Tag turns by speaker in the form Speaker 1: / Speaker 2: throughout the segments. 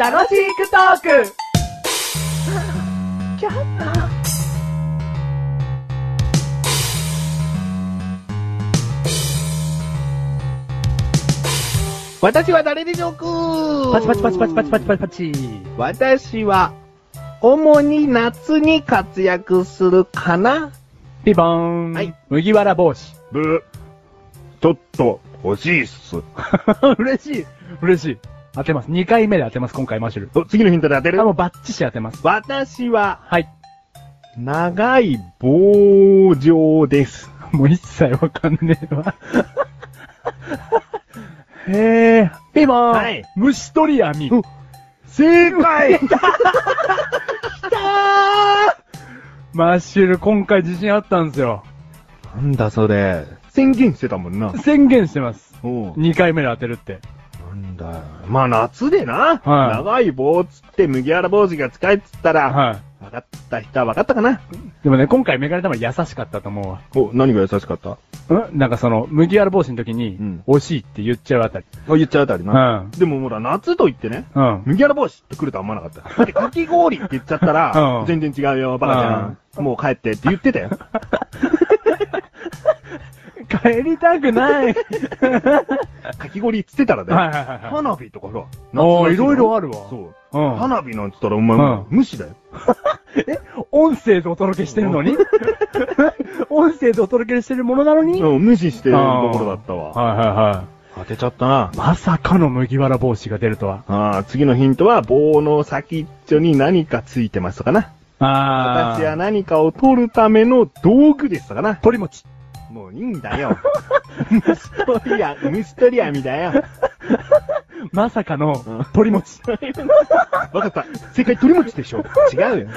Speaker 1: 楽しくトーク
Speaker 2: 私は誰でしょうか
Speaker 1: パチパチパチパチパチパチパチパチ。
Speaker 2: 私は、主に夏に活躍するかな
Speaker 1: ピボーン。
Speaker 2: はい
Speaker 1: 麦わら帽子。
Speaker 3: ぶ、ちょっと、欲しいっす。
Speaker 1: 嬉しい。嬉しい。当てます。2回目で当てます、今回マッシュル。
Speaker 3: お次のヒントで当てる
Speaker 1: あ、もうバッチシ当てます。
Speaker 2: 私は、
Speaker 1: はい。
Speaker 2: 長い棒状です。
Speaker 1: もう一切わかんねえわ。 へえ。ピボーン。
Speaker 2: はい
Speaker 1: 虫取り網。
Speaker 2: うん正解
Speaker 1: マッシュル、今回自信あったんですよ。
Speaker 2: なんだそれ。宣言してたもんな。
Speaker 1: 宣言してます。
Speaker 2: おう
Speaker 1: 2回目で当てるって。
Speaker 2: なんだよ。まあ夏でな。
Speaker 1: はい
Speaker 2: 長い棒つって麦わら帽子が使えっつったら、
Speaker 1: は。
Speaker 2: 分かった人は分かったかない
Speaker 1: でもね、今回メガネ玉優しかったと思うわ。
Speaker 2: お、何が優しかったあ、
Speaker 1: うんなんかその、麦わら帽子の時に、
Speaker 2: うん
Speaker 1: 惜しいって言っちゃうあたり。
Speaker 2: 言っちゃうあたり
Speaker 1: う
Speaker 2: な。
Speaker 1: ん。
Speaker 2: でもほら、夏と言ってね、
Speaker 1: うん。
Speaker 2: 麦わら帽子って来るとは思わなかった。だってかき氷って言っちゃった
Speaker 1: う
Speaker 2: ら
Speaker 1: ん、
Speaker 2: 全然違うよ、バカちゃん。もう帰ってって言ってたよ。
Speaker 1: 帰りたく ない。
Speaker 2: かき氷っつってた
Speaker 1: は
Speaker 2: ら
Speaker 1: い
Speaker 2: だよ。
Speaker 1: はいはいはい。
Speaker 2: 花火とかほら。
Speaker 1: おー
Speaker 2: 夏らし
Speaker 1: いろいろあるわ。
Speaker 2: そう。
Speaker 1: うん。
Speaker 2: 花火なんつったらお前
Speaker 1: うん、
Speaker 2: 無視だよ。
Speaker 1: 音声でお届けしてるの に音声でお届けしてるものなのに、
Speaker 2: うん、無視してるところだったわ。
Speaker 1: はいはいは。。
Speaker 2: 当てちゃったない
Speaker 1: まさかの麦わら帽子が出るとは。
Speaker 2: ああ、次のヒントは、棒の先っちょに何かついてますかな。
Speaker 1: あ
Speaker 2: 私は何かを取るための道具ですかな。
Speaker 1: 鳥餅。
Speaker 2: もういいんだよ。虫取 りや、虫取り網だよ。
Speaker 1: まさかの
Speaker 2: うん
Speaker 1: 鳥 餅。
Speaker 2: わかった。正解取り持ちでしょ。違うよ。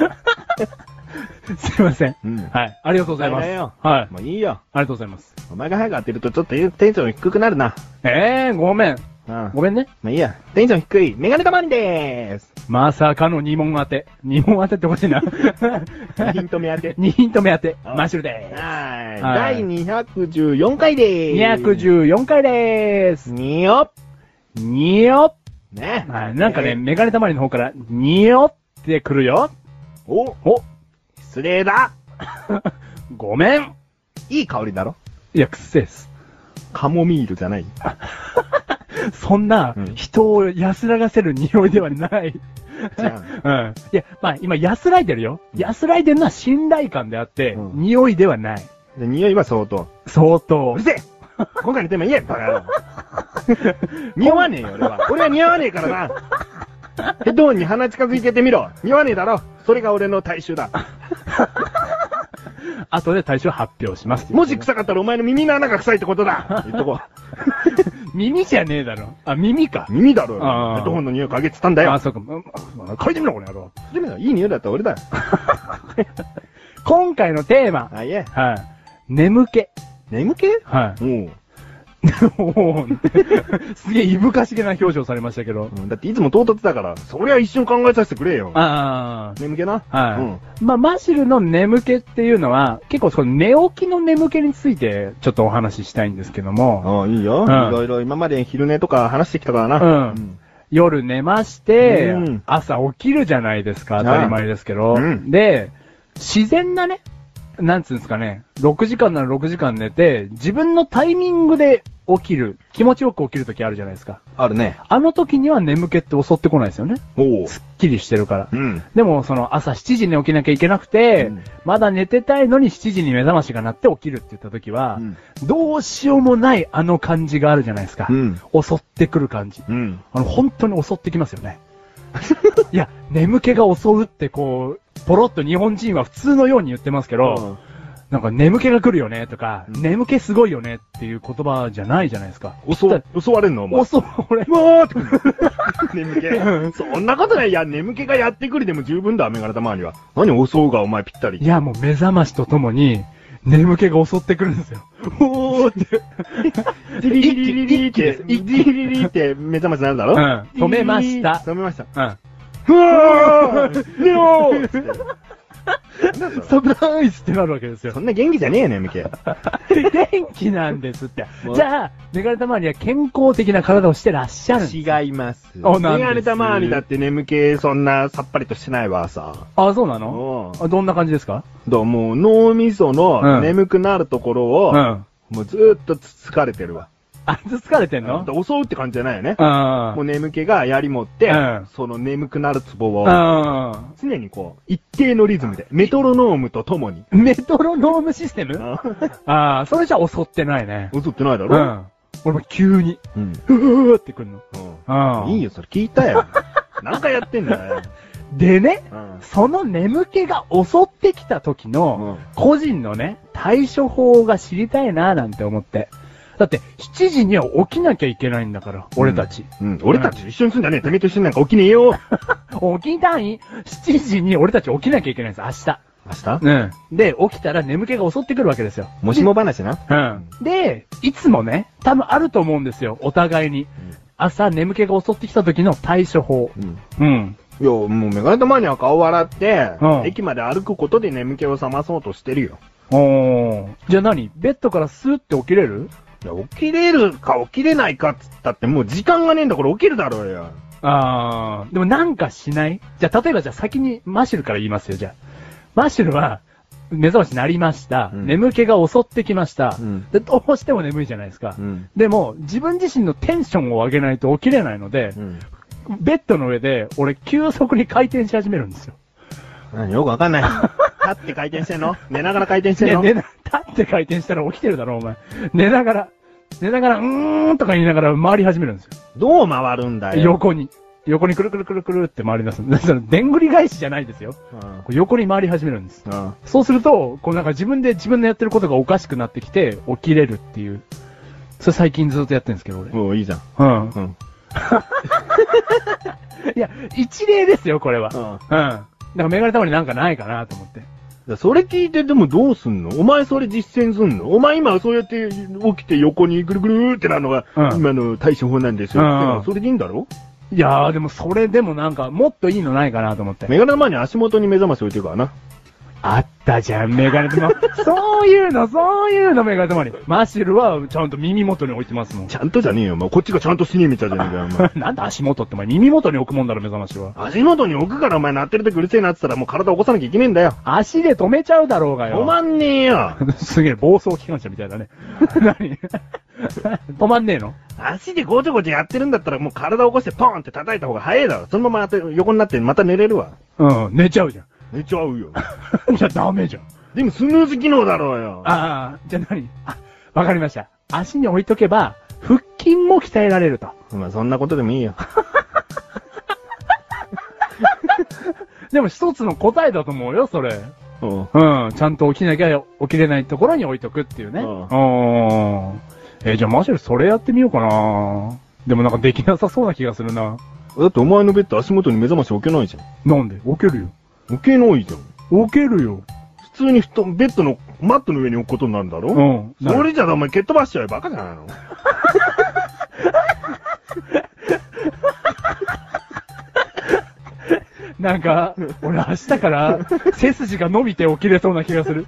Speaker 1: すいません。
Speaker 2: うん。
Speaker 1: はい。ありがとうございます。
Speaker 2: はい
Speaker 1: はい。
Speaker 2: もういいよ。
Speaker 1: ありがとうございます。
Speaker 2: お前が早く当てるとちょっとテンション低くなるな。
Speaker 1: えー、ごめん。
Speaker 2: うん。
Speaker 1: ごめんね。
Speaker 2: まあいいや。テンション低い。メガネたまりでーす。
Speaker 1: まさかの2問当て。2問当てってほしいな。
Speaker 2: ヒント目 当て。
Speaker 1: 2ヒント目当て。
Speaker 2: あ
Speaker 1: マッシュルで
Speaker 2: はい。
Speaker 1: はい
Speaker 2: 第214回でーす。
Speaker 1: 214回でーす。
Speaker 2: 2よ
Speaker 1: によ
Speaker 2: っね。
Speaker 1: はい。なんかね、メガネたまりの方から、によってくるよ。
Speaker 2: お
Speaker 1: お、
Speaker 2: 失礼だ
Speaker 1: ごめん。
Speaker 2: いい香りだろ
Speaker 1: いや、くっせえっす。
Speaker 2: カモミールじゃない。
Speaker 1: そんな
Speaker 2: う、ん
Speaker 1: 人を安らがせる匂いではない。
Speaker 2: じゃん。
Speaker 1: うん。いや、まあ今安らいでるよ。安らいでるのは信頼感であって、
Speaker 2: うん
Speaker 1: 匂いではない。
Speaker 2: で匂いは相当。
Speaker 1: 相当
Speaker 2: うる。せえ今回のテーマ言えバカ野郎匂わねえよ、俺は。俺は匂わねえからな。ヘッドホンに鼻近づいてってみろ。匂わねえだろ。それが俺の大衆だ。
Speaker 1: 後で対象発表します。
Speaker 2: もし臭かったらお前の耳の穴が臭いってことだ。言っとこ
Speaker 1: 耳じゃねえだろ。あ、耳か
Speaker 2: う。。耳だろよ。ヘ
Speaker 1: あー
Speaker 2: ッドホンの匂いかげてたんだ
Speaker 1: あ、
Speaker 2: よ。
Speaker 1: そうか。うんあ書いてみろ、この野郎。
Speaker 2: でもいい匂いだったら俺だよ。
Speaker 1: 今回のテーマ。
Speaker 2: あ、いえ。
Speaker 1: はい。眠気。
Speaker 2: 眠気
Speaker 1: は
Speaker 2: おう
Speaker 1: い。おー すげえ、いぶかしげな表情されましたけど。
Speaker 2: うん。だっていつも唐突だから、そりゃ一瞬考えさせてくれよ。
Speaker 1: ああ。
Speaker 2: 眠気な。
Speaker 1: はい。
Speaker 2: うん
Speaker 1: まあ、マシルの眠気っていうのは、結構その寝起きの眠気についてちょっとお話ししたいんですけども、
Speaker 2: ああ、いいよ。
Speaker 1: ん
Speaker 2: いろいろ今まで昼寝とか話してきたからな。
Speaker 1: うん。夜寝まして、
Speaker 2: うん
Speaker 1: 朝起きるじゃないですか、当たり前ですけど。
Speaker 2: うん
Speaker 1: で、自然なね、なんつうんですかね、6時間なら6時間寝て、自分のタイミングで起きる、気持ちよく起きる時あるじゃないですか。
Speaker 2: あるね。
Speaker 1: あの時には眠気って襲ってこないですよね。
Speaker 2: おう。
Speaker 1: すっきりしてるから。
Speaker 2: うん。
Speaker 1: でも、その朝7時に起きなきゃいけなくて、
Speaker 2: うん
Speaker 1: まだ寝てたいのに7時に目覚ましが鳴って起きるって言った時は、
Speaker 2: うん
Speaker 1: どうしようもないあの感じがあるじゃないですか。
Speaker 2: うん
Speaker 1: 襲ってくる感じ。
Speaker 2: うん。
Speaker 1: あの、本当に襲ってきますよね。 いや、眠気が襲うってこう、ポロッと日本人は普通のように言ってますけど、なんか眠気が来るよねとか、
Speaker 2: うん
Speaker 1: 眠気すごいよねっていう言葉じゃないじゃないですか。
Speaker 2: 襲わ、襲われんのお前。
Speaker 1: 襲う、俺、
Speaker 2: うわーってくる。 眠気。そんなことない。いや、眠気がやってくるでも十分だ、メガネたまには。何襲うが、お前ぴったり
Speaker 1: い。や、もう目覚ましとともに、眠気が襲ってくるんですよ。おーって。
Speaker 2: ディリリリリリって、ディリリリって目覚ましなんだろ
Speaker 1: うん止めました
Speaker 2: 止めました。
Speaker 1: うん。
Speaker 2: うわー寝ろーっつってなんだそれ
Speaker 1: サプライズってなるわけですよ
Speaker 2: そ。んな元気じゃねえよね、ミケ。
Speaker 1: 元気なんですって
Speaker 2: も。う
Speaker 1: じゃあ、メガネたまわりは健康的な体をしてらっしゃるんです。
Speaker 2: 違います。メ
Speaker 1: あなんです
Speaker 2: ガネたまわりだって眠気そんなさっぱりとしてないわさ。
Speaker 1: あ、そうなの
Speaker 2: うん。だか
Speaker 1: あどんな感じですから
Speaker 2: もう脳みそ
Speaker 1: う
Speaker 2: の
Speaker 1: ん
Speaker 2: 眠くなるところを、
Speaker 1: うん。
Speaker 2: もうずーっとつかれてるわ。
Speaker 1: あ、疲れてんの
Speaker 2: だから襲うって感じじゃないよね。
Speaker 1: うん
Speaker 2: もう眠気が槍持って、
Speaker 1: うん
Speaker 2: その眠くなるツボを、
Speaker 1: う
Speaker 2: 常にこう、一定のリズムで、メトロノームとともに。
Speaker 1: ん。メトロノームシステム
Speaker 2: 襲
Speaker 1: ああ、それじゃ襲ってないね。
Speaker 2: ってないだ
Speaker 1: う
Speaker 2: ろ
Speaker 1: ん。俺も急に、
Speaker 2: うん。
Speaker 1: うーってくるの。うん。
Speaker 2: いいよ、それ聞いた よ。何回やってんだよ。
Speaker 1: でね、
Speaker 2: うん。
Speaker 1: その眠気が襲ってきた時の、個人のね、対処法が知りたいなーなんて思って。だって、7時には起きなきゃいけないんだから、俺たち。
Speaker 2: うん。俺たち一緒に住んだねえ。てめえと一緒になんか起きねえよ。
Speaker 1: 起きたい ?7 時に俺たち起きなきゃいけないんです、明
Speaker 2: 明日
Speaker 1: 日。うん。で、起きたら眠気が襲ってくるわけですよ。
Speaker 2: もしも話な。
Speaker 1: うん。で、いつもね、多分あると思うんですよ、お互いに。朝眠気が襲ってきた時の対処法。
Speaker 2: う
Speaker 1: う
Speaker 2: ん。
Speaker 1: ん。
Speaker 2: いや、もうメガネたまには顔笑って、
Speaker 1: うん
Speaker 2: 駅まで歩くことで眠気を覚まそうとしてるよ。
Speaker 1: おー。じゃあ何ベッドからスーって起きれる
Speaker 2: いや、起きれるか起きれないかっつったってもう時間がねえんだから起きるだろうよ。
Speaker 1: あー。でもなんかしないじゃあ例えばじゃあ先にマシュルから言いますよ、じゃあ。マシュルは、目覚ましになりました。
Speaker 2: うん
Speaker 1: 眠気が襲ってきました、
Speaker 2: うん
Speaker 1: で。どうしても眠いじゃないですか。
Speaker 2: ん。
Speaker 1: でも、自分自身のテンションを上げないと起きれないので、
Speaker 2: ん。
Speaker 1: ベッドの上で、俺、急速に回転し始めるんですよ。
Speaker 2: 何よくわかんない。 立って回転してんの寝ながら回転してん
Speaker 1: ね
Speaker 2: の、
Speaker 1: 寝な、立って回転したら起きてるだろ、お前。寝ながら、寝ながら、うーんとか言いながら回り始めるんですよ。
Speaker 2: どう回るんだよ。
Speaker 1: 横に。横にくるくるくるくるって回り出す。 だから、でんぐり返しじゃないですよ。
Speaker 2: うん
Speaker 1: こう横に回り始めるんです。
Speaker 2: うん。
Speaker 1: そうすると、こうなんか自分で自分のやってることがおかしくなってきて、起きれるっていう。それ最近ずっとやってるんですけど、俺。
Speaker 2: もういいじゃん。
Speaker 1: うん。
Speaker 2: うん。
Speaker 1: いや、一例ですよ、これは。うん。
Speaker 2: う
Speaker 1: だからメガネたまになんかないかなと思って。
Speaker 2: ん。それ聞いてでもどうすんのお前それ実践すんのお前今そうやって起きて横にぐるぐるーってなるのが、
Speaker 1: うん
Speaker 2: 今の対処法なんですよ。
Speaker 1: うん
Speaker 2: それでいいんだろ
Speaker 1: いやー、でもそれでもなんか、もっといいのないかなと思って。
Speaker 2: メガネの前に足元に目覚まし置いてるからな。
Speaker 1: あったじゃん、メガネ玉。そういうの、そういうの、メガネ玉に。マシルは、ちゃんと耳元に置いてますもん
Speaker 2: ち。ゃんとじゃねえよ。お前こっちがちゃんとしねえみたいじゃねえかよ。お前
Speaker 1: なんで足元ってお前耳元に置くもんだろ、目覚ましは。
Speaker 2: 足元に置くからお前鳴ってる時うるせえなって言ったらもう体起こさなきゃいけねえんだよ。
Speaker 1: 足で止めちゃうだろうがよ。
Speaker 2: 止まんねえよ。
Speaker 1: すげえ、暴走機関車みたいだね。 何止まんねえの
Speaker 2: 足でごちゃごちゃやってるんだったらもう体起こしてポンって叩いた方が早いだろ。そのまま当て横になってまた寝れるわ。
Speaker 1: うん、寝ちゃうじゃ
Speaker 2: 寝ちゃ うよ。
Speaker 1: ん。じゃあダメじゃん。
Speaker 2: でもスヌーズ機能だろうよ。
Speaker 1: ああ、じゃあ何あ、わかりました。足に置いとけば、腹筋も鍛えられると。
Speaker 2: まあそんなことでもい いよ。
Speaker 1: でも一つの答えだと思うよ、それ。
Speaker 2: うん。
Speaker 1: うん、ちゃんと起きなきゃ起きれないところに置いとくっていうね。
Speaker 2: う
Speaker 1: うんん。えーじゃあマシェルそれやってみようかなでもなんかできなさそうな気がするな。
Speaker 2: だってお前のベッド足元に目覚まし置けないじゃ
Speaker 1: なんで置けるよ。
Speaker 2: ん。置けないじゃん。
Speaker 1: 置けるよ。
Speaker 2: 普通に布団、ベッドのマットの上に置くことになるだろ
Speaker 1: うん。
Speaker 2: それじゃお前蹴っ飛ばしちゃうよ。バカじゃないの。
Speaker 1: なんか、俺明日から背筋が伸びて起きれそうな気がする。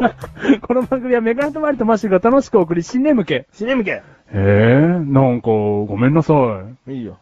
Speaker 1: この番組はメガネとマリとマシュルが楽しくお送り、新眠気。へ
Speaker 2: 死ねみけ。
Speaker 1: え、なんか、ご めんなさい。
Speaker 2: いいよ。